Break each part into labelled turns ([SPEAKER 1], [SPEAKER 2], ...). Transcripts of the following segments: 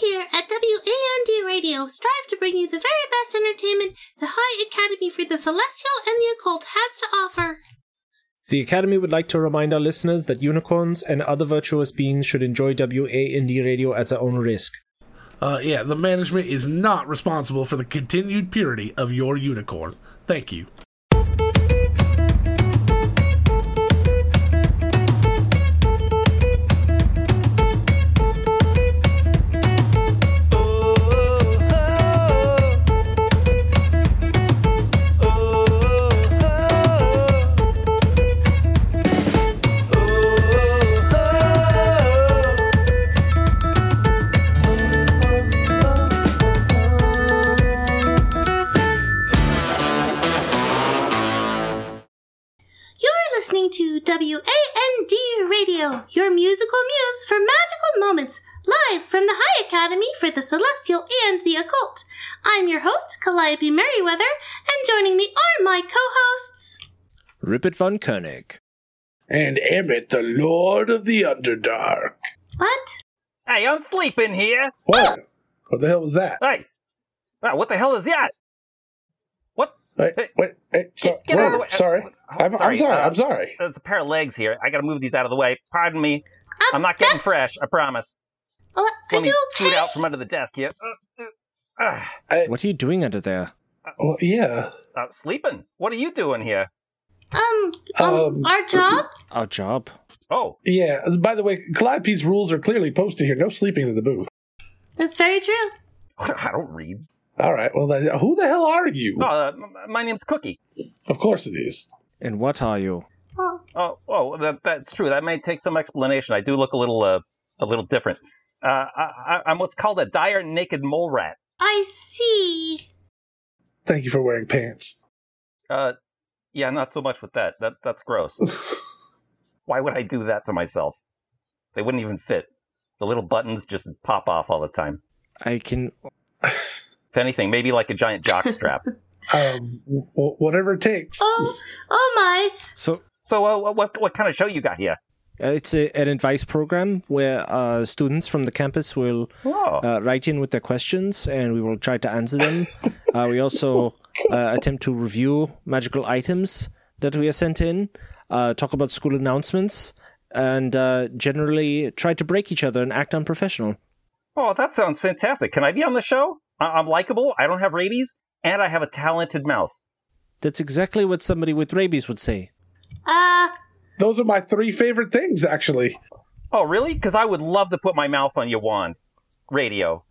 [SPEAKER 1] here at WAND Radio strive to bring you the very best entertainment the High Academy for the Celestial and the Occult has to offer.
[SPEAKER 2] The Academy would like to remind our listeners that unicorns and other virtuous beings should enjoy WAND Radio at their own risk.
[SPEAKER 3] Uh, yeah, the management is not responsible for the continued purity of your unicorn. Thank you.
[SPEAKER 1] You're listening to WAND Radio, your musical muse for magical moments, live from the High Academy for the Celestial and the Occult. I'm your host, Calliope Merriweather, and joining me are my co hosts.
[SPEAKER 2] Rupert von Koenig.
[SPEAKER 4] And Emmett, the Lord of the Underdark.
[SPEAKER 1] What?
[SPEAKER 5] Hey, I'm sleeping here.
[SPEAKER 4] What? What the hell was that?
[SPEAKER 5] Hey, wow, what the hell is that? What?
[SPEAKER 4] Wait,
[SPEAKER 5] Hey.
[SPEAKER 4] wait, hey, so,
[SPEAKER 5] Get out of the
[SPEAKER 4] whoa,
[SPEAKER 5] way.
[SPEAKER 4] sorry.
[SPEAKER 5] I'm
[SPEAKER 4] I'm, I'm
[SPEAKER 5] Oh, sorry,
[SPEAKER 4] sorry.
[SPEAKER 5] uh,
[SPEAKER 4] I'm sorry.
[SPEAKER 5] There's a pair of legs here. I gotta move these out of the way. Pardon me.
[SPEAKER 1] Um,
[SPEAKER 5] I'm not getting
[SPEAKER 1] that's-
[SPEAKER 5] fresh. I promise.
[SPEAKER 1] Uh,
[SPEAKER 5] Just
[SPEAKER 1] are
[SPEAKER 5] let me
[SPEAKER 1] you
[SPEAKER 5] scoot
[SPEAKER 1] okay?
[SPEAKER 5] out from under the desk here. Uh, uh, uh,
[SPEAKER 2] What are you doing under there?
[SPEAKER 4] Well, yeah.
[SPEAKER 5] uh, sleeping. What are you doing here?
[SPEAKER 1] Um, um,
[SPEAKER 4] Um,
[SPEAKER 1] our job?
[SPEAKER 2] Our job.
[SPEAKER 5] Oh,
[SPEAKER 4] Yeah. By the way, Calliope's rules are clearly posted here. No sleeping in the booth.
[SPEAKER 1] That's very true.
[SPEAKER 5] I don't read.
[SPEAKER 4] All right. Well, then, who the hell are you?
[SPEAKER 5] Oh, uh, m- my name's Cookie.
[SPEAKER 4] Of course it is.
[SPEAKER 2] And what are you?
[SPEAKER 1] Well,
[SPEAKER 5] Oh, oh, that, that's true. That may take some explanation. I do look a little, uh, a little different. Uh, I, I, I'm what's called a dire naked mole rat.
[SPEAKER 1] I see.
[SPEAKER 4] Thank you for wearing pants.
[SPEAKER 5] Uh, yeah, not so much with that. That that's gross. Why would I do that to myself? They wouldn't even fit. The little buttons just pop off all the time.
[SPEAKER 2] I can.
[SPEAKER 5] If anything, maybe like a giant jock strap.
[SPEAKER 4] um, w- whatever it
[SPEAKER 5] Ah.
[SPEAKER 4] takes.
[SPEAKER 1] Oh, oh my.
[SPEAKER 2] So
[SPEAKER 5] so, uh, what what kind of show you got here?
[SPEAKER 2] uh, it's a, an advice program where uh, students from the campus will
[SPEAKER 5] Oh,
[SPEAKER 2] uh, write in with their questions and we will try to answer them. uh, we also uh, attempt to review magical items that we are sent in, uh, talk about school announcements, and uh, generally try to break each other and act unprofessional.
[SPEAKER 5] oh, that sounds fantastic. Can I be on the show? I- I'm likable. I don't have rabies, and I have a talented mouth.
[SPEAKER 2] That's exactly what somebody with rabies would say.
[SPEAKER 1] Uh,
[SPEAKER 4] Those are my three favorite things, actually.
[SPEAKER 5] Oh, really? Because I would love to put my mouth on your wand. Radio.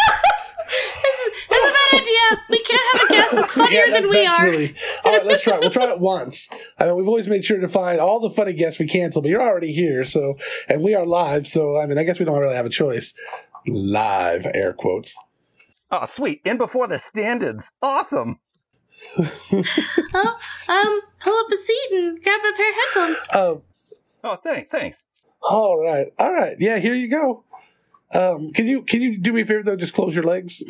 [SPEAKER 1] that's a bad idea. We can't have a guest that's funnier
[SPEAKER 4] Oh. that-
[SPEAKER 1] than we
[SPEAKER 4] that's
[SPEAKER 1] are.
[SPEAKER 4] really. All right, let's try it. We'll try it once. I mean, we've always made sure to find all the funny guests we cancel, but you're already here, so and we are live, so I mean, I guess we don't really have a choice. Live air quotes.
[SPEAKER 5] Oh, sweet. In before the standards. Awesome.
[SPEAKER 1] Oh, um, pull up a seat and grab a pair of headphones.
[SPEAKER 4] Um,
[SPEAKER 5] Oh, thanks. Thanks.
[SPEAKER 4] all right, all right, yeah, here you go. Um, can you can you do me a favor though? Just close your legs.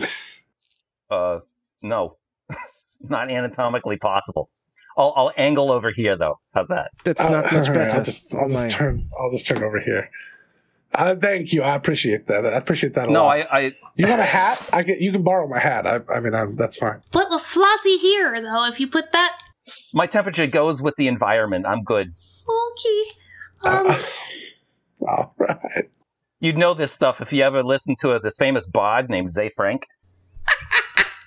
[SPEAKER 5] Uh, no, not anatomically possible. I'll, I'll angle over here though. How's that?
[SPEAKER 2] That's not
[SPEAKER 4] Oh, All
[SPEAKER 2] much
[SPEAKER 4] right,
[SPEAKER 2] better.
[SPEAKER 4] I'll just I'll
[SPEAKER 2] My-
[SPEAKER 4] just turn I'll just turn over here. Uh, thank you. I appreciate that. I appreciate that a
[SPEAKER 5] No,
[SPEAKER 4] lot.
[SPEAKER 5] I, I
[SPEAKER 4] you want a hat? I can. You can borrow my hat. I, I mean, I'm, that's fine.
[SPEAKER 1] What will Flossie hear, though, if you put that?
[SPEAKER 5] my temperature goes with the environment. I'm good.
[SPEAKER 1] Okay. Um,
[SPEAKER 4] Uh, all right.
[SPEAKER 5] You'd know this stuff if you ever listened to this famous bod named Zay Frank.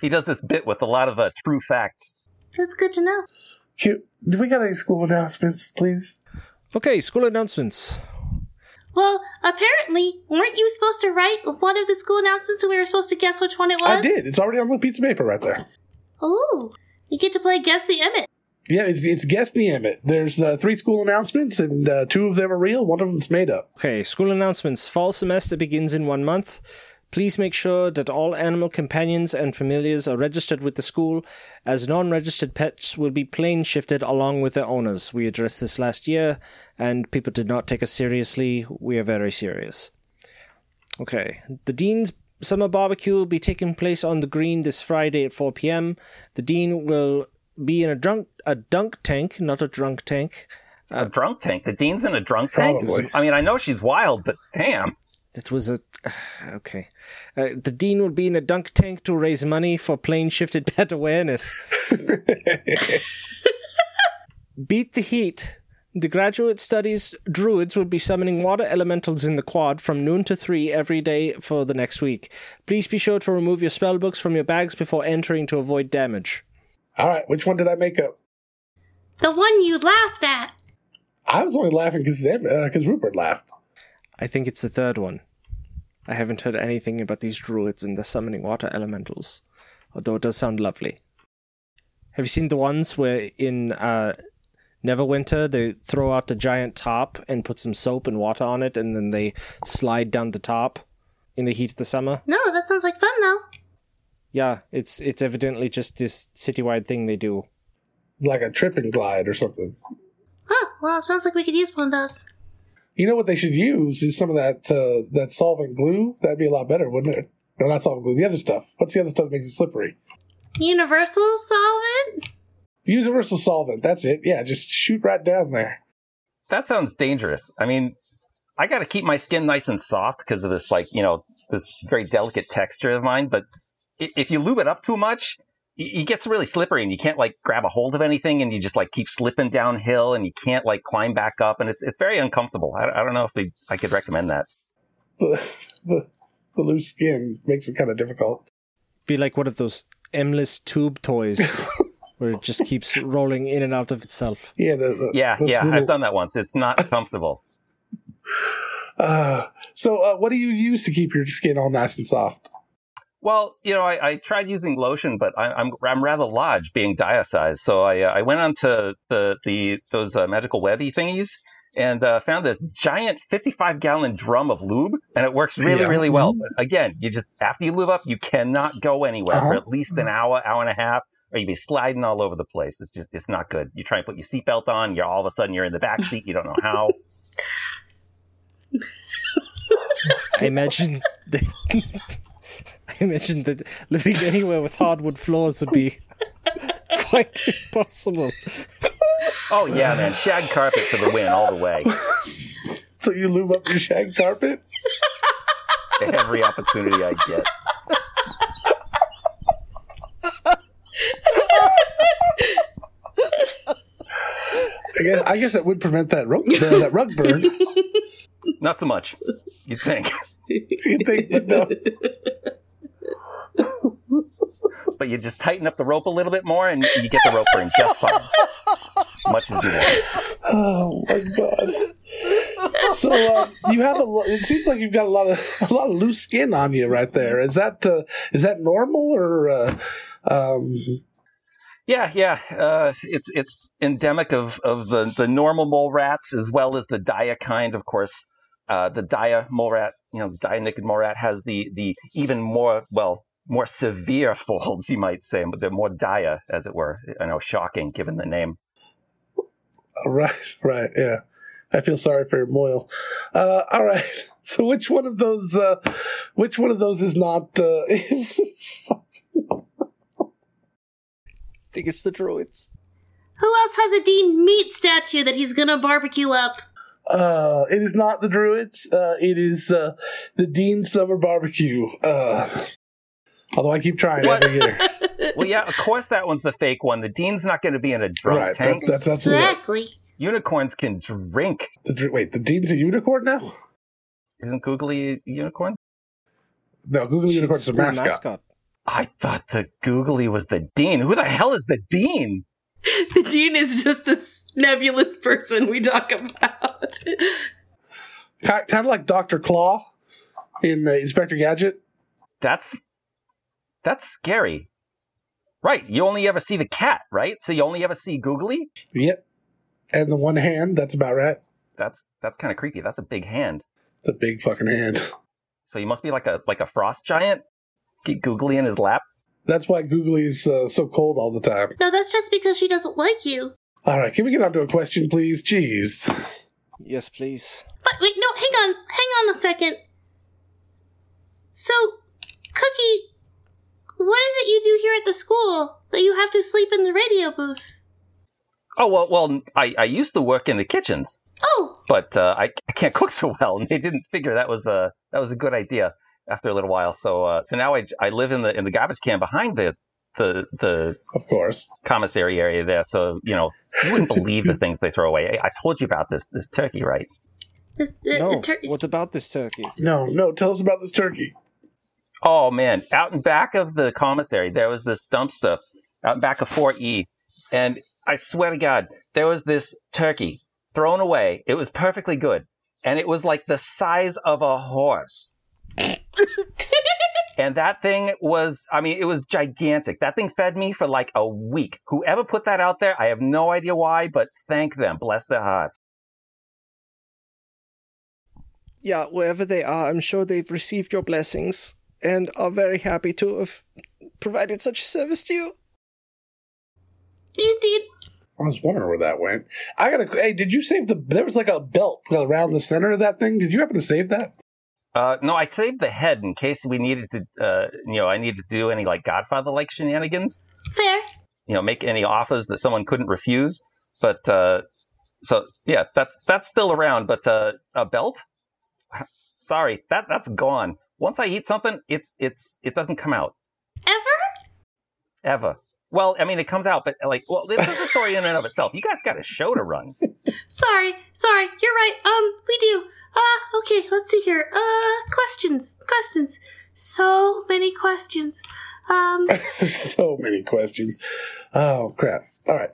[SPEAKER 5] he does this bit with a lot of uh, true facts.
[SPEAKER 1] that's good to know.
[SPEAKER 4] Cute. Do we got any school announcements, please?
[SPEAKER 2] Okay, school announcements.
[SPEAKER 1] Well, apparently, weren't you supposed to write one of the school announcements and we were supposed to guess which one it was?
[SPEAKER 4] I did. It's already on the piece of paper right there.
[SPEAKER 1] Ooh, you get to play Guess the Emmett.
[SPEAKER 4] Yeah, it's, it's guess the Emmett. There's uh, three school announcements, and uh, two of them are real. One of them's made up.
[SPEAKER 2] Okay, school announcements. Fall semester begins in one month. Please make sure that all animal companions and familiars are registered with the school, as non registered pets will be plane shifted along with their owners. We addressed this last year, and people did not take us seriously. We are very serious. Okay, the Dean's summer barbecue will be taking place on the green this Friday at 4 p.m. The Dean will be in a drunk a dunk tank, not a drunk tank.
[SPEAKER 5] a drunk tank. The dean's in a drunk tank.
[SPEAKER 4] Uh, Probably.
[SPEAKER 5] I mean, I know she's wild, but damn.
[SPEAKER 2] That was a okay. Uh, the dean will be in a dunk tank to raise money for plane shifted pet awareness. Beat the heat. The graduate studies druids would be summoning water elementals in the quad from noon to three every day for the next week. Please be sure to remove your spell books from your bags before entering to avoid damage.
[SPEAKER 4] All right, which one did I make up?
[SPEAKER 1] The one you laughed at.
[SPEAKER 4] I was only laughing because because Rupert laughed.
[SPEAKER 2] I think it's the third one. I haven't heard anything about these druids and their summoning water elementals, although it does sound lovely. Have you seen the ones where in uh, Neverwinter they throw out a giant tarp and put some soap and water on it, and then they slide down the tarp in the heat of the summer?
[SPEAKER 1] No, that sounds like fun though.
[SPEAKER 2] Yeah, it's it's evidently just this citywide thing they do.
[SPEAKER 4] Like a trip and glide or something.
[SPEAKER 1] Huh, well, it sounds like we could use one of those.
[SPEAKER 4] You know what they should use is some of that uh, that solvent glue. That'd be a lot better, wouldn't it? No, not solvent glue. The other stuff. What's the other stuff that makes it slippery?
[SPEAKER 1] Universal solvent?
[SPEAKER 4] Universal solvent. That's it. Yeah, just shoot right down there.
[SPEAKER 5] That sounds dangerous. I mean, I got to keep my skin nice and soft because of this, like, you know, this very delicate texture of mine. But i- if you lube it up too much, y- it gets really slippery and you can't, like, grab a hold of anything and you just, like, keep slipping downhill and you can't, like, climb back up. And it's, it's very uncomfortable. I, I don't know if they, I could recommend that.
[SPEAKER 4] The, the the loose skin makes it kind of difficult.
[SPEAKER 2] Be like one of those endless tube toys where it just keeps rolling in and out of itself.
[SPEAKER 4] Yeah, the, the
[SPEAKER 5] Yeah,
[SPEAKER 4] those
[SPEAKER 5] yeah.
[SPEAKER 4] little-
[SPEAKER 5] I've done that once. It's not comfortable.
[SPEAKER 4] Uh, so, uh, what do you use to keep your skin all nice and soft?
[SPEAKER 5] Well, you know, I, I tried using lotion, but I, I'm I'm rather large, being diasized. So I uh, I went onto the the those uh, medical webby thingies and uh, found this giant 55 gallon drum of lube, and it works really
[SPEAKER 4] Yeah. Mm-hmm.
[SPEAKER 5] really well. But again, you just after you lube up, you cannot go anywhere for
[SPEAKER 4] Uh-huh.
[SPEAKER 5] at least an hour, hour and a half, or you'd be sliding all over the place. It's just it's not good. You try and put your seatbelt on, you're all of a sudden you're in the back seat, you don't know how.
[SPEAKER 2] I imagine that I imagine that living anywhere with hardwood floors would be quite impossible.
[SPEAKER 5] oh yeah, man, shag carpet for the win all the way.
[SPEAKER 4] So you lube up your shag carpet?
[SPEAKER 5] Every opportunity I get.
[SPEAKER 4] I guess, I guess it would prevent that rug, uh, that rug burn.
[SPEAKER 5] Not so much. You'd think.
[SPEAKER 4] you think, but no.
[SPEAKER 5] But you just tighten up the rope a little bit more and you get the rope burn just fine. Much as you want.
[SPEAKER 4] Oh my god! So uh, you have a. lo- It seems like you've got a lot of a lot of loose skin on you right there. Is that uh, is that normal or? Uh, um,
[SPEAKER 5] Yeah, yeah. Uh, it's it's endemic of, of the, the normal mole rats as well as the dia kind, of course. Uh, the dia mole rat, you know, the dia naked mole rat has the, the even more, well, more severe folds, you might say, but they're more dia, as it were. I know, shocking given the name.
[SPEAKER 4] right, right, yeah. I feel sorry for Moyle. Uh, all right. So which one of those? Uh, which one of those is not? Uh, is
[SPEAKER 2] I think it's the druids.
[SPEAKER 1] Who else has a Dean meat statue that he's gonna barbecue up?
[SPEAKER 4] Uh, it is not the Druids. Uh, it is uh, the Dean Summer Barbecue. Uh, although I keep trying
[SPEAKER 5] What?
[SPEAKER 4] every year.
[SPEAKER 5] Well, yeah, of course that one's the fake one. The dean's not going to be in a drunk
[SPEAKER 4] right. That,
[SPEAKER 5] tank.
[SPEAKER 4] that's absolutely right.
[SPEAKER 1] Exactly.
[SPEAKER 5] Unicorns can drink.
[SPEAKER 4] The, Dru- wait, the Dean's a unicorn now?
[SPEAKER 5] Isn't Googly a unicorn?
[SPEAKER 4] No, Google
[SPEAKER 2] She's
[SPEAKER 4] Unicorn's a
[SPEAKER 2] school
[SPEAKER 4] mascot.
[SPEAKER 5] I thought the googly was the dean. Who the hell is the dean?
[SPEAKER 6] The dean is just this nebulous person we talk about.
[SPEAKER 4] Kind, kind of like Dr. Claw in uh, Inspector Gadget.
[SPEAKER 5] That's that's scary. Right, you only ever see the cat, right? So you only ever see googly?
[SPEAKER 4] Yep. And the one hand, that's about right.
[SPEAKER 5] That's that's kind of creepy. That's a big hand.
[SPEAKER 4] The big fucking hand.
[SPEAKER 5] So you must be like a like a frost giant. Get googly in his lap.
[SPEAKER 4] That's why Googly is uh, so cold all the time.
[SPEAKER 1] No, that's just because she doesn't like you.
[SPEAKER 4] All right, can we get on to a question, please? Jeez.
[SPEAKER 2] Yes, please.
[SPEAKER 1] But wait, no, hang on, hang on a second. So, Cookie, what is it you do here at the school? but you have to sleep in the radio booth.
[SPEAKER 5] Oh well, well, I, I used to work in the kitchens,
[SPEAKER 1] Oh,
[SPEAKER 5] but uh, I, I can't cook so well, and they didn't figure that was a that was a good idea after a little while. So uh, so now I, I live in the in the garbage can behind the the the
[SPEAKER 4] Of course.
[SPEAKER 5] commissary area there. So you know you wouldn't believe the things they throw away. I, I told you about this this turkey, right?
[SPEAKER 1] this, the,
[SPEAKER 2] No.
[SPEAKER 1] the tur-
[SPEAKER 2] What about this turkey?
[SPEAKER 4] No, no. Tell us about this turkey.
[SPEAKER 5] Oh man, out in back of the commissary, there was this dumpster out in back of 4E, and I swear to God, there was this turkey thrown away. It was perfectly good, and it was like the size of a horse. and that thing was, I mean, it was gigantic. That thing fed me for like a week. Whoever put that out there, I have no idea why, but thank them. Bless their hearts.
[SPEAKER 2] Yeah, wherever they are, I'm sure they've received your blessings and are very happy to have provided such a service to you.
[SPEAKER 1] indeed.
[SPEAKER 4] I was wondering where that went. I gotta. Hey, did you save the? There was like a belt around the center of that thing. Did you happen to save that?
[SPEAKER 5] Uh, no, I saved the head in case we needed to, uh, you know, I needed to do any like Godfather like shenanigans.
[SPEAKER 1] Fair.
[SPEAKER 5] you know make any offers that someone couldn't refuse but uh so yeah that's that's still around but uh a belt sorry that that's gone once i eat something it's it's it doesn't come out
[SPEAKER 1] Ever?
[SPEAKER 5] ever well i mean it comes out but like well this is a story in and of itself you guys got a show to run
[SPEAKER 1] Sorry, sorry, you're right. Um, we do. Uh, okay, let's see here. Uh, questions, questions. So many questions. Um,
[SPEAKER 4] so many questions. Oh crap! All right.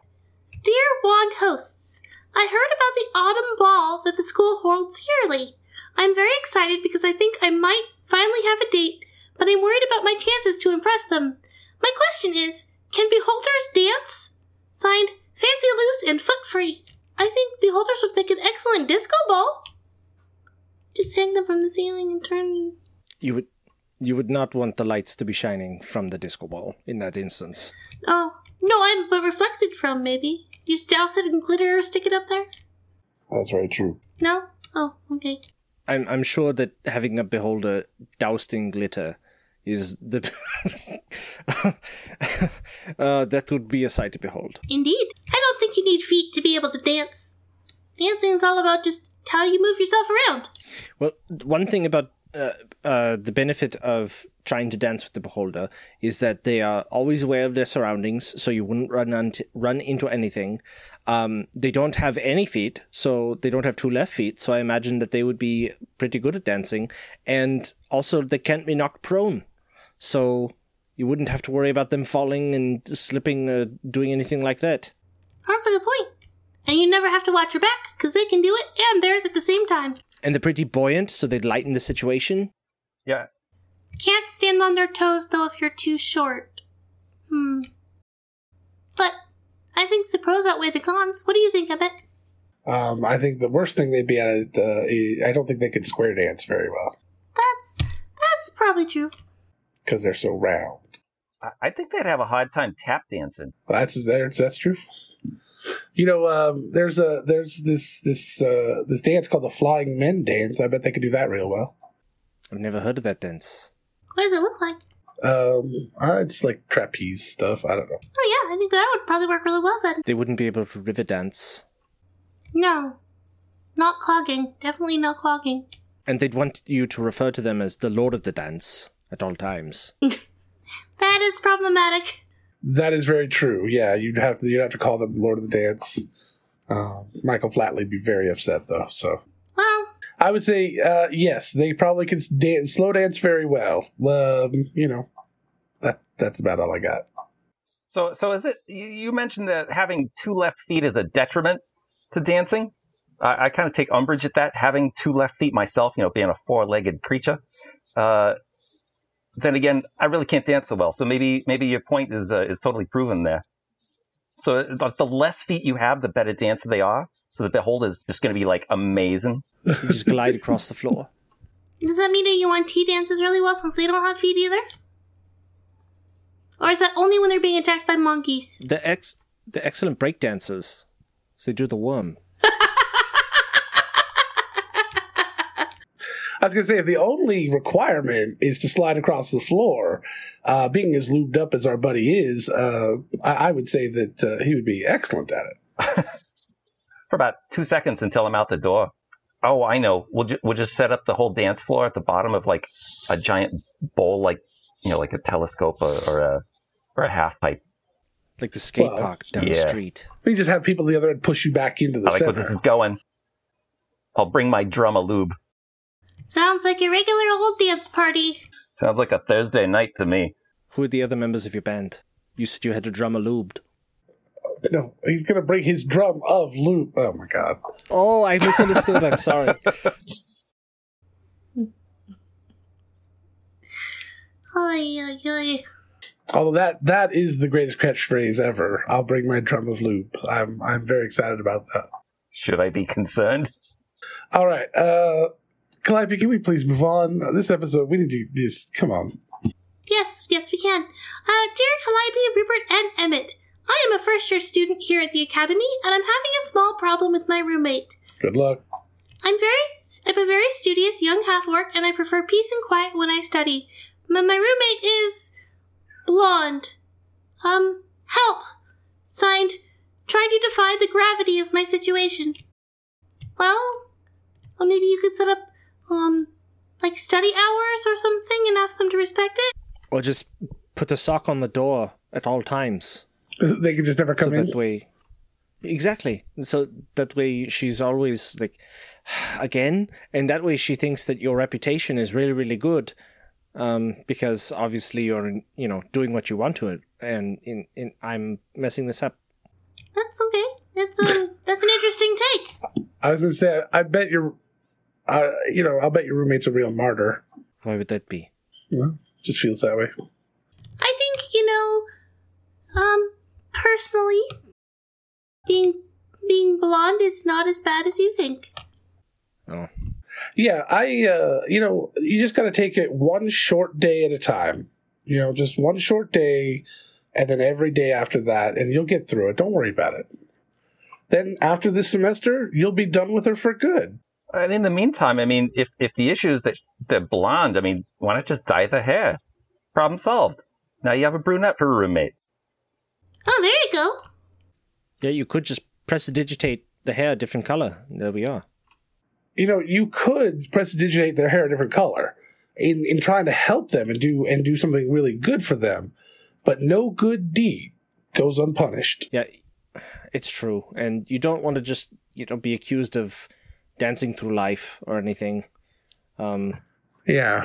[SPEAKER 1] Dear Wand hosts, I heard about the autumn ball that the school holds yearly. I'm very excited because I think I might finally have a date, but I'm worried about my chances to impress them. My question is can beholders dance? Signed, Fancy Loose and Foot Free. I think beholders would make an excellent disco ball. Just hang them from the ceiling and turn.
[SPEAKER 2] You would you would not want the lights to be shining from the disco ball in that instance.
[SPEAKER 1] Oh, no, I'm but reflected from, maybe. Just douse it in glitter or stick it up there?
[SPEAKER 4] That's very true.
[SPEAKER 1] No? Oh, okay.
[SPEAKER 2] I'm I'm sure that having a beholder doused in glitter is the uh, that would be a sight to behold.
[SPEAKER 1] Indeed. I don't think you need feet to be able to dance. Dancing is all about just how you move yourself around.
[SPEAKER 2] Well, one thing about uh, uh, the benefit of trying to dance with the beholder is that they are always aware of their surroundings, so you wouldn't run unt- run into anything. Um, they don't have any feet, so they don't have two left feet. So I imagine that they would be pretty good at dancing, and also they can't be knocked prone, so you wouldn't have to worry about them falling and slipping or doing anything like that.
[SPEAKER 1] That's a good point. And you never have to watch your back, because they can do it and theirs at the same time.
[SPEAKER 2] And they're pretty buoyant, so they'd lighten the situation.
[SPEAKER 5] yeah
[SPEAKER 1] Can't stand on their toes, though, if you're too short. Hmm. But I think the pros outweigh the cons. What do you think of it?
[SPEAKER 4] Um, I think the worst thing they'd be at. Uh, I don't think they could square dance very well
[SPEAKER 1] That's that's probably true.
[SPEAKER 4] because they're so round.
[SPEAKER 5] I- i think they'd have a hard time tap dancing
[SPEAKER 4] Well, That's that's that's true. You know, um, there's a there's this this uh, this dance called the Flying Men dance. I bet they could do that real well.
[SPEAKER 2] I've never heard of that dance.
[SPEAKER 1] What does it look like?
[SPEAKER 4] Um, uh, it's like trapeze stuff. I don't know.
[SPEAKER 1] Oh yeah, I think that would probably work really well then.
[SPEAKER 2] They wouldn't be able to river dance.
[SPEAKER 1] No. Not clogging. Definitely not clogging.
[SPEAKER 2] And they'd want you to refer to them as the Lord of the Dance at all times.
[SPEAKER 1] That is problematic.
[SPEAKER 4] That is very true. Yeah, you'd have to you'd have to call them Lord of the Dance. Um, Michael Flatley'd be very upset though. So
[SPEAKER 1] Well,
[SPEAKER 4] I would say uh, yes, they probably can dance, slow dance very well. Um, you know, that that's about all I got.
[SPEAKER 5] so so is it you, you mentioned that having two left feet is a detriment to dancing i, I kind of take umbrage at that having two left feet myself you know being a four-legged creature uh, then again i really can't dance so well so maybe maybe your point is uh, is totally proven there so the, the less feet you have the better dancer they are so the beholder is just going to be like amazing
[SPEAKER 2] You just glide across the floor.
[SPEAKER 1] does that mean that you want tea dances really well since they don't have feet either? Or is that only when they're being attacked by monkeys?
[SPEAKER 2] The ex, the excellent break dancers, so they do the worm.
[SPEAKER 4] I was going to say, if the only requirement is to slide across the floor, uh, being as lubed up as our buddy is, uh, I, I would say that uh, he would be excellent at it.
[SPEAKER 5] for about two seconds until I'm out the door. Oh, I know. We'll ju- we'll just set up the whole dance floor at the bottom of like a giant bowl, like you know, like a telescope or, or a or a half pipe.
[SPEAKER 2] Like the skate
[SPEAKER 4] Well,
[SPEAKER 2] park down
[SPEAKER 5] yes.
[SPEAKER 2] the street.
[SPEAKER 4] We just have people the other end push you back into the
[SPEAKER 5] I like
[SPEAKER 4] center.
[SPEAKER 5] where this is going. I'll bring my drum a lube.
[SPEAKER 1] Sounds like a regular old dance party.
[SPEAKER 5] Sounds like a Thursday night to me.
[SPEAKER 2] Who are the other members of your band? You said you had a drummer lubed.
[SPEAKER 4] No, he's going to bring his drum of loop. Oh my god!
[SPEAKER 2] Oh, I misunderstood. I'm sorry.
[SPEAKER 1] Oy, oy, oy.
[SPEAKER 4] Although that that is the greatest catchphrase ever. I'll bring my drum of loop. I'm I'm very excited about that.
[SPEAKER 5] Should I be concerned?
[SPEAKER 4] All right, uh, Calliope, can we please move on? This episode, we need to just come on.
[SPEAKER 1] Yes, yes, we can. Uh, dear Calliope, Rupert, and Emmett, I am a first year student here at the Academy, and I'm having a small problem with my roommate.
[SPEAKER 4] Good luck.
[SPEAKER 1] I'm very, I'm a very studious young half orc, and I prefer peace and quiet when I study. But my roommate is blonde. Um, help. Signed, trying to defy the gravity of my situation. Well, well, maybe you could set up, um, like study hours or something, and ask them to respect it.
[SPEAKER 2] Or just put a sock on the door at all times.
[SPEAKER 4] They can just never come
[SPEAKER 2] so
[SPEAKER 4] in.
[SPEAKER 2] that way exactly so that way she's always like again and that way she thinks that your reputation is really really good um, because obviously you're you know doing what you want to it and in, in i'm messing this up
[SPEAKER 1] That's okay. That's um, that's an interesting take.
[SPEAKER 4] I was going to say, I bet your, uh, you know, I'll bet your roommate's a real martyr.
[SPEAKER 2] why would that be
[SPEAKER 4] Well, just feels that way.
[SPEAKER 1] I think you know, um, personally, being being blonde is not as bad as you think.
[SPEAKER 2] oh
[SPEAKER 4] Yeah, I, uh, you know, you just got to take it one short day at a time. You know, just one short day, and then every day after that, and you'll get through it. Don't worry about it. Then after this semester, you'll be done with her for good.
[SPEAKER 5] And in the meantime, I mean, if if the issue is that they're blonde, I mean, why not just dye the hair? Problem solved. Now you have a brunette for a roommate.
[SPEAKER 1] Oh, there you go.
[SPEAKER 2] yeah you could just press digitate the hair a different color there we are
[SPEAKER 4] You know, you could prestidigitate their hair a different color in in trying to help them and do and do something really good for them, but no good deed goes unpunished.
[SPEAKER 2] yeah it's true and you don't want to just you know be accused of dancing through life or anything um
[SPEAKER 4] Yeah.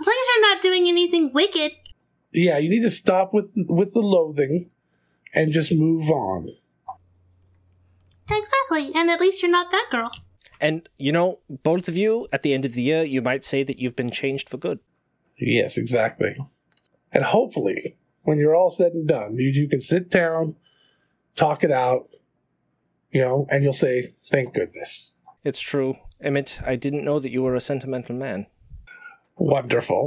[SPEAKER 1] As long as you're not doing anything wicked.
[SPEAKER 4] yeah you need to stop with with the loathing and just move on
[SPEAKER 1] Exactly, and at least you're not that girl.
[SPEAKER 2] And you know, both of you at the end of the year, you might say that you've been changed for good.
[SPEAKER 4] yes exactly and hopefully when you're all said and done you, you can sit down talk it out you know and you'll say thank goodness
[SPEAKER 2] It's true, Emmett. I didn't know that you were a sentimental man.
[SPEAKER 4] wonderful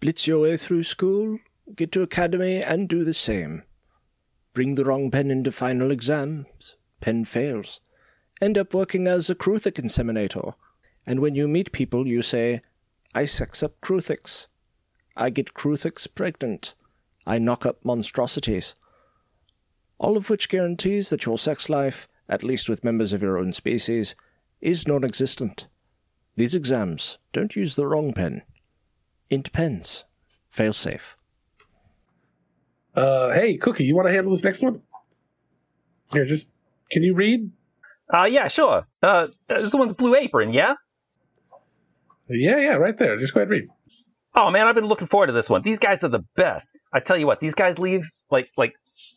[SPEAKER 2] Blitz your way through school, get to academy, and do the same. Bring the wrong pen into final exams. Pen fails. End up working as a Kruthic inseminator. And when you meet people, you say, I sex up Kruthics. I get Kruthics pregnant. I knock up monstrosities. All of which guarantees that your sex life, at least with members of your own species, is non existent. These exams don't use the wrong pen. Int pens. Failsafe.
[SPEAKER 4] uh hey cookie you want to handle this next one here just can you read
[SPEAKER 5] Uh, yeah, sure. Uh, this one's Blue Apron, yeah?
[SPEAKER 4] yeah yeah right there just go ahead and read
[SPEAKER 5] Oh man, I've been looking forward to this one. These guys are the best. I tell you what, these guys leave like like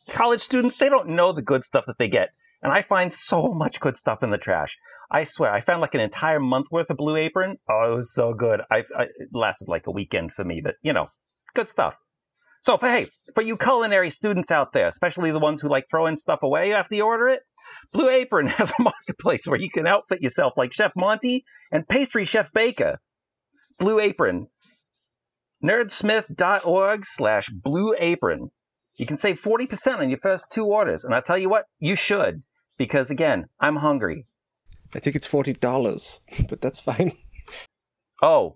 [SPEAKER 5] college students. They don't know the good stuff that they get. and I find so much good stuff in the trash. I swear, I found like an entire month worth of Blue Apron. Oh, it was so good. I, I it lasted like a weekend for me, but you know, good stuff. So, for, hey, for you culinary students out there, especially the ones who like throwing stuff away after you order it, Blue Apron has a marketplace where you can outfit yourself like Chef Monty and pastry chef Baker. Blue Apron. Nerdsmith.org slash Blue Apron. You can save 40% on your first two orders. And I tell you what, you should. Because again, I'm hungry.
[SPEAKER 2] I think it's forty dollars, but that's fine.
[SPEAKER 5] Oh,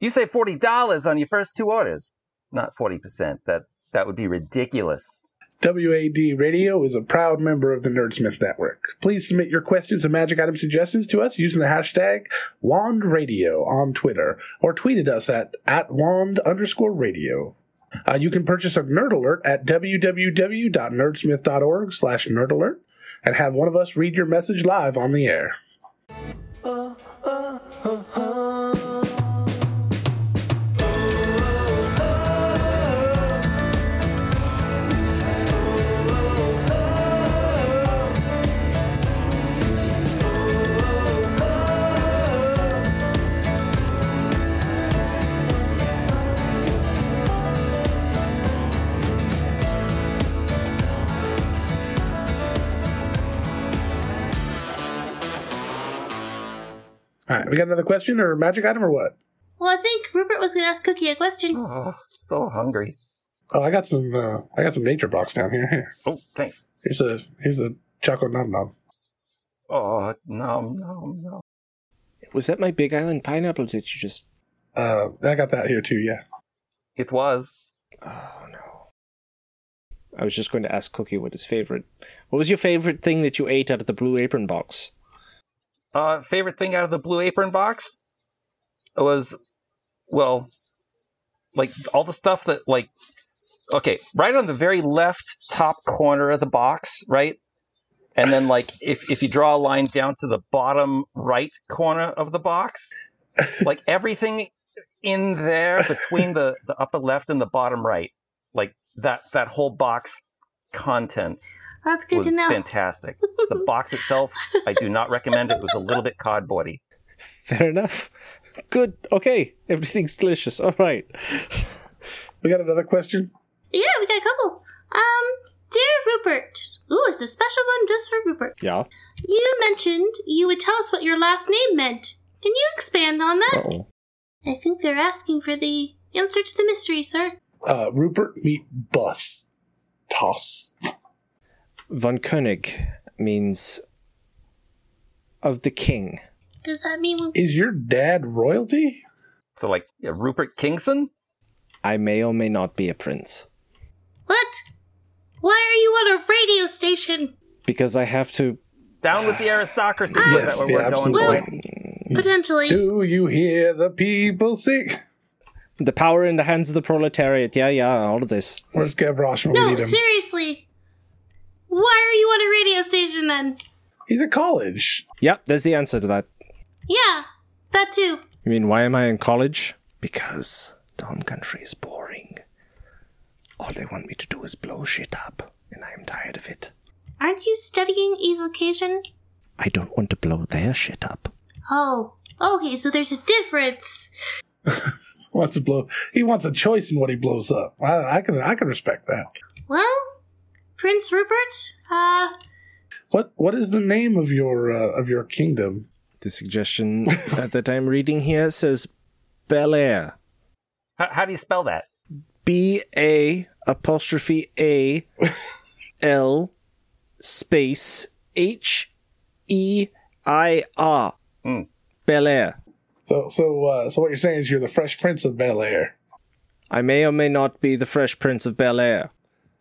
[SPEAKER 5] you say $40 on your first two orders. Not 40%. That, that would be ridiculous.
[SPEAKER 4] WAD Radio is a proud member of the Nerdsmith Network. Please submit your questions and magic item suggestions to us using the hashtag WandRadio on Twitter or tweet at us at, at wand underscore radio. Uh, you can purchase a Nerd Alert at www.nerdsmith.org slash nerdalert and have one of us read your message live on the air. All right, we got another question or magic item or what?
[SPEAKER 1] Well, I think Rupert was going to ask Cookie a question.
[SPEAKER 5] Oh, so hungry.
[SPEAKER 4] Oh, I got some. Uh, I got some nature box down here. Here,
[SPEAKER 5] Oh, thanks.
[SPEAKER 4] here's a here's a choco nom nom.
[SPEAKER 5] Oh, no, no, no.
[SPEAKER 2] Was that my Big Island pineapple? Did you just?
[SPEAKER 4] Uh, I got that here too. Yeah.
[SPEAKER 5] It was.
[SPEAKER 2] Oh no. I was just going to ask Cookie what his favorite. What was your favorite thing that you ate out of the Blue Apron box?
[SPEAKER 5] Uh, favorite thing out of the Blue Apron box was, well, like all the stuff that like, okay, right on the very left top corner of the box, right, and then like if if you draw a line down to the bottom right corner of the box, like everything in there between the the upper left and the bottom right, like that that whole box contents
[SPEAKER 1] That's good
[SPEAKER 5] was
[SPEAKER 1] to know.
[SPEAKER 5] fantastic. The box itself, I do not recommend it. It was a little bit cardboardy.
[SPEAKER 2] Fair enough. Good. Okay. Everything's delicious. All right.
[SPEAKER 4] We got another question.
[SPEAKER 1] Yeah, we got a couple. Um, dear Rupert. Ooh, it's a special one just for Rupert.
[SPEAKER 2] Yeah.
[SPEAKER 1] You mentioned you would tell us what your last name meant. Can you expand on that?
[SPEAKER 2] Uh-oh.
[SPEAKER 1] I think they're asking for the answer to the mystery, sir.
[SPEAKER 4] Uh, Rupert meet bus toss.
[SPEAKER 2] Von König means of the king.
[SPEAKER 1] Does that mean we-
[SPEAKER 4] Is your dad royalty?
[SPEAKER 5] So, like yeah, Rupert Kingson,
[SPEAKER 2] I may or may not be a prince
[SPEAKER 1] what? Why are you on a radio station?
[SPEAKER 2] because I have to.
[SPEAKER 5] down with the aristocracy. Is
[SPEAKER 4] Yes,
[SPEAKER 5] that what we're
[SPEAKER 4] yeah,
[SPEAKER 5] going
[SPEAKER 4] absolutely.
[SPEAKER 5] for?
[SPEAKER 1] Potentially.
[SPEAKER 4] Do you hear the people sing?
[SPEAKER 2] The power in the hands of the proletariat. Yeah, yeah. All of this.
[SPEAKER 4] Where's Gavroche when we
[SPEAKER 1] No,
[SPEAKER 4] need him?
[SPEAKER 1] seriously. Why are you on a radio station then?
[SPEAKER 4] He's at college.
[SPEAKER 2] Yep. There's the answer to that.
[SPEAKER 1] Yeah, that too.
[SPEAKER 2] You mean why am I in college? Because Tom Country is boring. All they want me to do is blow shit up, and I am tired of it.
[SPEAKER 1] Aren't you studying evocation?
[SPEAKER 2] I don't want to blow their shit up.
[SPEAKER 1] Oh, okay, so there's a difference.
[SPEAKER 4] Wants to blow. He wants a choice in what he blows up. I, I can I can respect that.
[SPEAKER 1] Well, Prince Rupert, uh,
[SPEAKER 4] What what is the name of your uh, of your kingdom?
[SPEAKER 2] The suggestion that, that I'm reading here says Bel Air.
[SPEAKER 5] How, how do you spell that?
[SPEAKER 2] B A apostrophe A L space H E I R.
[SPEAKER 5] Hmm.
[SPEAKER 2] Bel Air.
[SPEAKER 4] So so uh, so what you're saying is you're the Fresh Prince of Bel Air.
[SPEAKER 2] I may or may not be the Fresh Prince of Bel Air.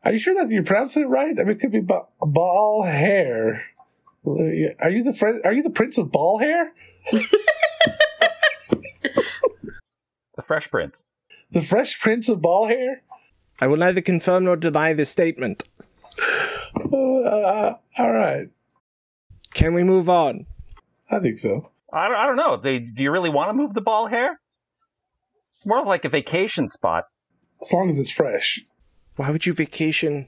[SPEAKER 4] Are you sure that you pronounced it right? I mean, it could be ba- ball hair. Are you the fr- Are you the Prince of Ball Hair?
[SPEAKER 5] The Fresh Prince.
[SPEAKER 4] The Fresh Prince of Ball Hair?
[SPEAKER 2] I will neither confirm nor deny this statement.
[SPEAKER 4] Uh, all right,
[SPEAKER 2] Can we move on?
[SPEAKER 4] I think so.
[SPEAKER 5] I don't, I don't know. They, do you really want to move the ball hair? It's more of like a vacation spot.
[SPEAKER 4] As long as it's fresh.
[SPEAKER 2] Why would you vacation?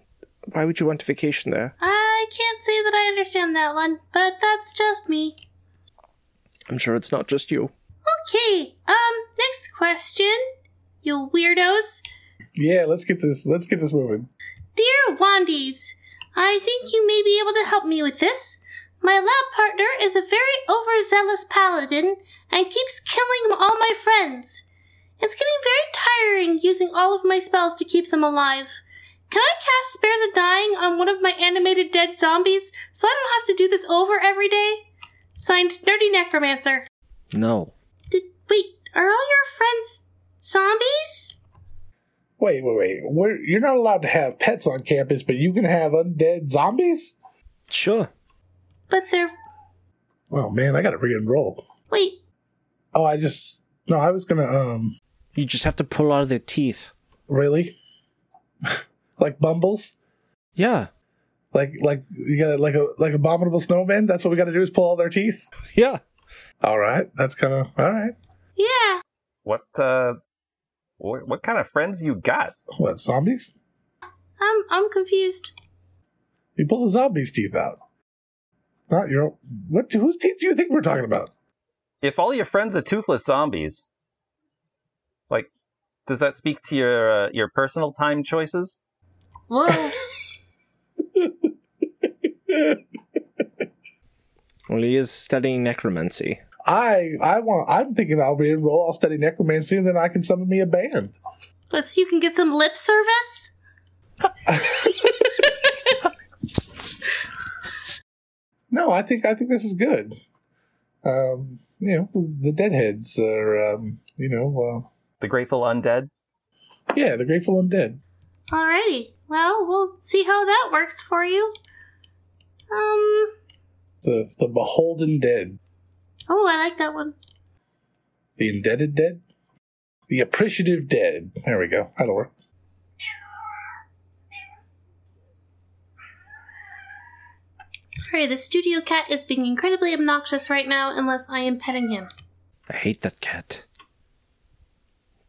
[SPEAKER 2] Why would you want to vacation there?
[SPEAKER 1] I I can't say that I understand that one, but that's just me.
[SPEAKER 2] I'm sure it's not just you.
[SPEAKER 1] Okay, um, next question, you weirdos.
[SPEAKER 4] Yeah, let's get this. Let's get this moving.
[SPEAKER 1] Dear Wandies, I think you may be able to help me with this. My lab partner is a very overzealous paladin and keeps killing all my friends. It's getting very tiring using all of my spells to keep them alive. Can I cast Spare the Dying on one of my animated dead zombies so I don't have to do this over every day? Signed, Nerdy Necromancer.
[SPEAKER 2] No.
[SPEAKER 1] Did, wait, are all your friends zombies?
[SPEAKER 4] Wait, wait, wait. We're, you're not allowed to have pets on campus, but you can have undead zombies.
[SPEAKER 2] Sure.
[SPEAKER 1] But they're.
[SPEAKER 4] Oh man, I gotta re-enroll.
[SPEAKER 1] Wait,
[SPEAKER 4] Oh, I just no. I was gonna um
[SPEAKER 2] You just have to pull out of their teeth.
[SPEAKER 4] really like bumbles,
[SPEAKER 2] Yeah.
[SPEAKER 4] like like you got to like a like abominable snowman. That's what we got to do is pull all their teeth.
[SPEAKER 2] Yeah.
[SPEAKER 4] All right, that's kind of all right.
[SPEAKER 1] yeah.
[SPEAKER 5] What uh, what, what kind of friends you got?
[SPEAKER 4] What zombies?
[SPEAKER 1] I'm, I'm confused.
[SPEAKER 4] You pull the zombies' teeth out. Not your what? Whose teeth do you think we're talking about?
[SPEAKER 5] If all your friends are toothless zombies, like, does that speak to your uh, your personal time choices?
[SPEAKER 1] Whoa.
[SPEAKER 2] Well, he is studying necromancy.
[SPEAKER 4] I I want. I'm thinking I'll re-enroll. I'll study necromancy, and then I can summon me a band.
[SPEAKER 1] Plus, you can get some lip service.
[SPEAKER 4] No, I think I think this is good. Um, you know, the Deadheads are, um, you know,
[SPEAKER 5] The Grateful Undead.
[SPEAKER 4] uh, yeah, the Grateful Undead.
[SPEAKER 1] Alrighty. Well, we'll see how that works for you. Um.
[SPEAKER 4] the the beholden dead,
[SPEAKER 1] Oh, I like that one.
[SPEAKER 4] the indebted dead, the appreciative dead. There we go. That'll work.
[SPEAKER 1] Sorry, the studio cat is being incredibly obnoxious right now unless I am petting him.
[SPEAKER 2] I hate that cat.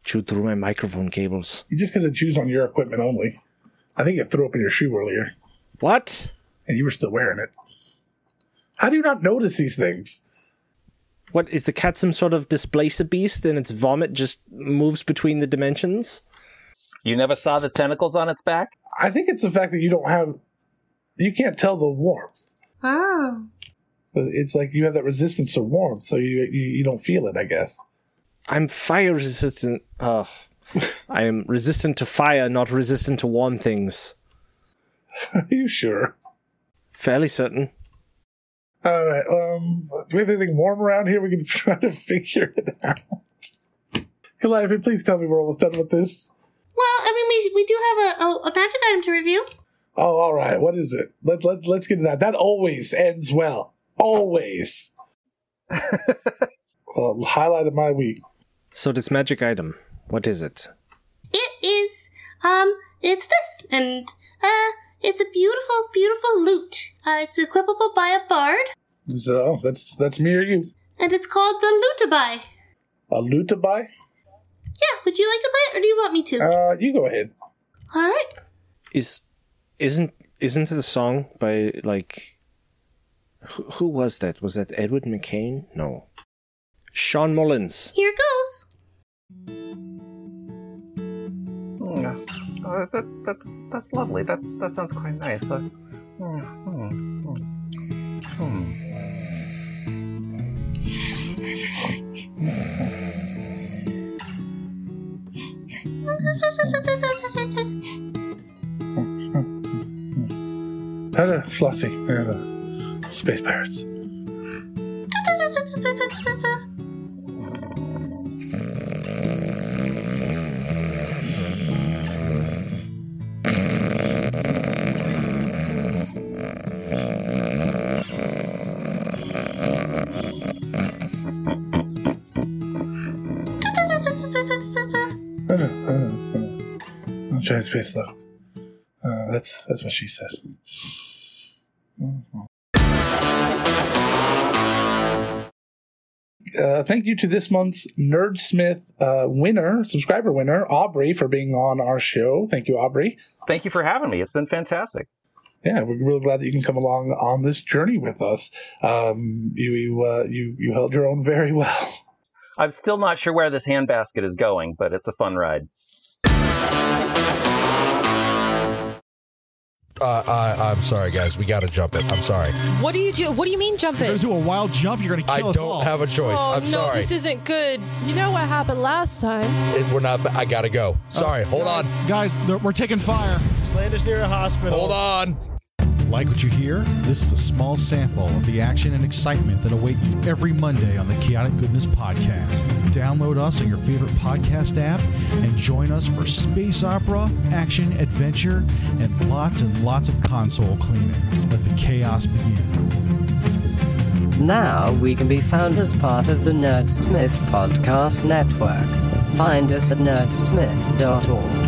[SPEAKER 2] Chewed through my microphone cables.
[SPEAKER 4] You just got to choose on your equipment only. I think it threw up in your shoe earlier,
[SPEAKER 2] What?
[SPEAKER 4] and you were still wearing it. How do you not notice these things?
[SPEAKER 2] What is the cat some sort of displacer beast and its vomit just moves between the dimensions?
[SPEAKER 5] You never saw the tentacles on its back.
[SPEAKER 4] I think it's the fact that you don't have, you can't tell the warmth.
[SPEAKER 1] Oh.
[SPEAKER 4] It's like you have that resistance to warmth, so you you, you don't feel it. I guess.
[SPEAKER 2] I'm fire resistant. Ugh. I am resistant to fire, not resistant to warm things.
[SPEAKER 4] Are you sure?
[SPEAKER 2] Fairly certain.
[SPEAKER 4] All right. Um, do we have anything warm around here? We can try to figure it out. Calliope, please tell me we're almost done with this.
[SPEAKER 1] Well, I mean, we, we do have a, a, a magic item to review.
[SPEAKER 4] Oh, all right. What is it? Let's let's let's get to that. That always ends well. Always. well, highlight of my week.
[SPEAKER 2] So this magic item, what is it?
[SPEAKER 1] It is, um, it's this, and, uh, it's a beautiful, beautiful lute. Uh, it's equipable by a bard,
[SPEAKER 4] So oh, that's that's me or you.
[SPEAKER 1] and it's called the Lutabai.
[SPEAKER 4] A lutabai.
[SPEAKER 1] Yeah, would you like to play it, or do you want me to?
[SPEAKER 4] Uh, you go ahead.
[SPEAKER 1] Alright.
[SPEAKER 2] Is isn't isn't the song by like who, who was that? Was that Edward McCain? No. Sean Mullins.
[SPEAKER 1] Here goes.
[SPEAKER 5] Mm, uh, that, that's that's lovely. That that sounds quite nice. Uh, mm, mm, mm, mm.
[SPEAKER 4] Hello, Flossie. There's a space pirates. Hello, hello, hello. I'm trying space love. Uh, that's that's what she says. Mm-hmm. Uh, thank you to this month's Nerdsmith uh, winner, subscriber winner, Aubrey, for being on our show. Thank you, Aubrey.
[SPEAKER 5] Thank you for having me. It's been fantastic.
[SPEAKER 4] yeah, we're really glad that you can come along on this journey with us. Um, you you uh, you you held your own very well.
[SPEAKER 5] I'm still not sure where this handbasket is going, but it's a fun ride.
[SPEAKER 7] Uh, I, I'm sorry, guys. We got to jump it. I'm sorry.
[SPEAKER 8] What do you do? What do you mean jump
[SPEAKER 9] You're
[SPEAKER 8] it?
[SPEAKER 9] gonna do a wild jump. You're gonna
[SPEAKER 7] I
[SPEAKER 9] kill us all.
[SPEAKER 7] don't have a choice.
[SPEAKER 8] Oh
[SPEAKER 7] I'm
[SPEAKER 8] no,
[SPEAKER 7] sorry.
[SPEAKER 8] this isn't good.
[SPEAKER 10] You know what happened last time?
[SPEAKER 7] It- we're not. I gotta go. Sorry. hold on.
[SPEAKER 9] Guys, th- we're taking fire.
[SPEAKER 11] Land us near a hospital.
[SPEAKER 7] Hold on.
[SPEAKER 9] Like what you hear? This is a small sample of the action and excitement that await you every Monday on the Chaotic Goodness Podcast. Download us on your favorite podcast app and join us for space opera, action, adventure, and lots and lots of console cleaning. Let the chaos begin.
[SPEAKER 12] Now we can be found as part of the Nerdsmith Podcast Network. Find us at nerdsmith.org.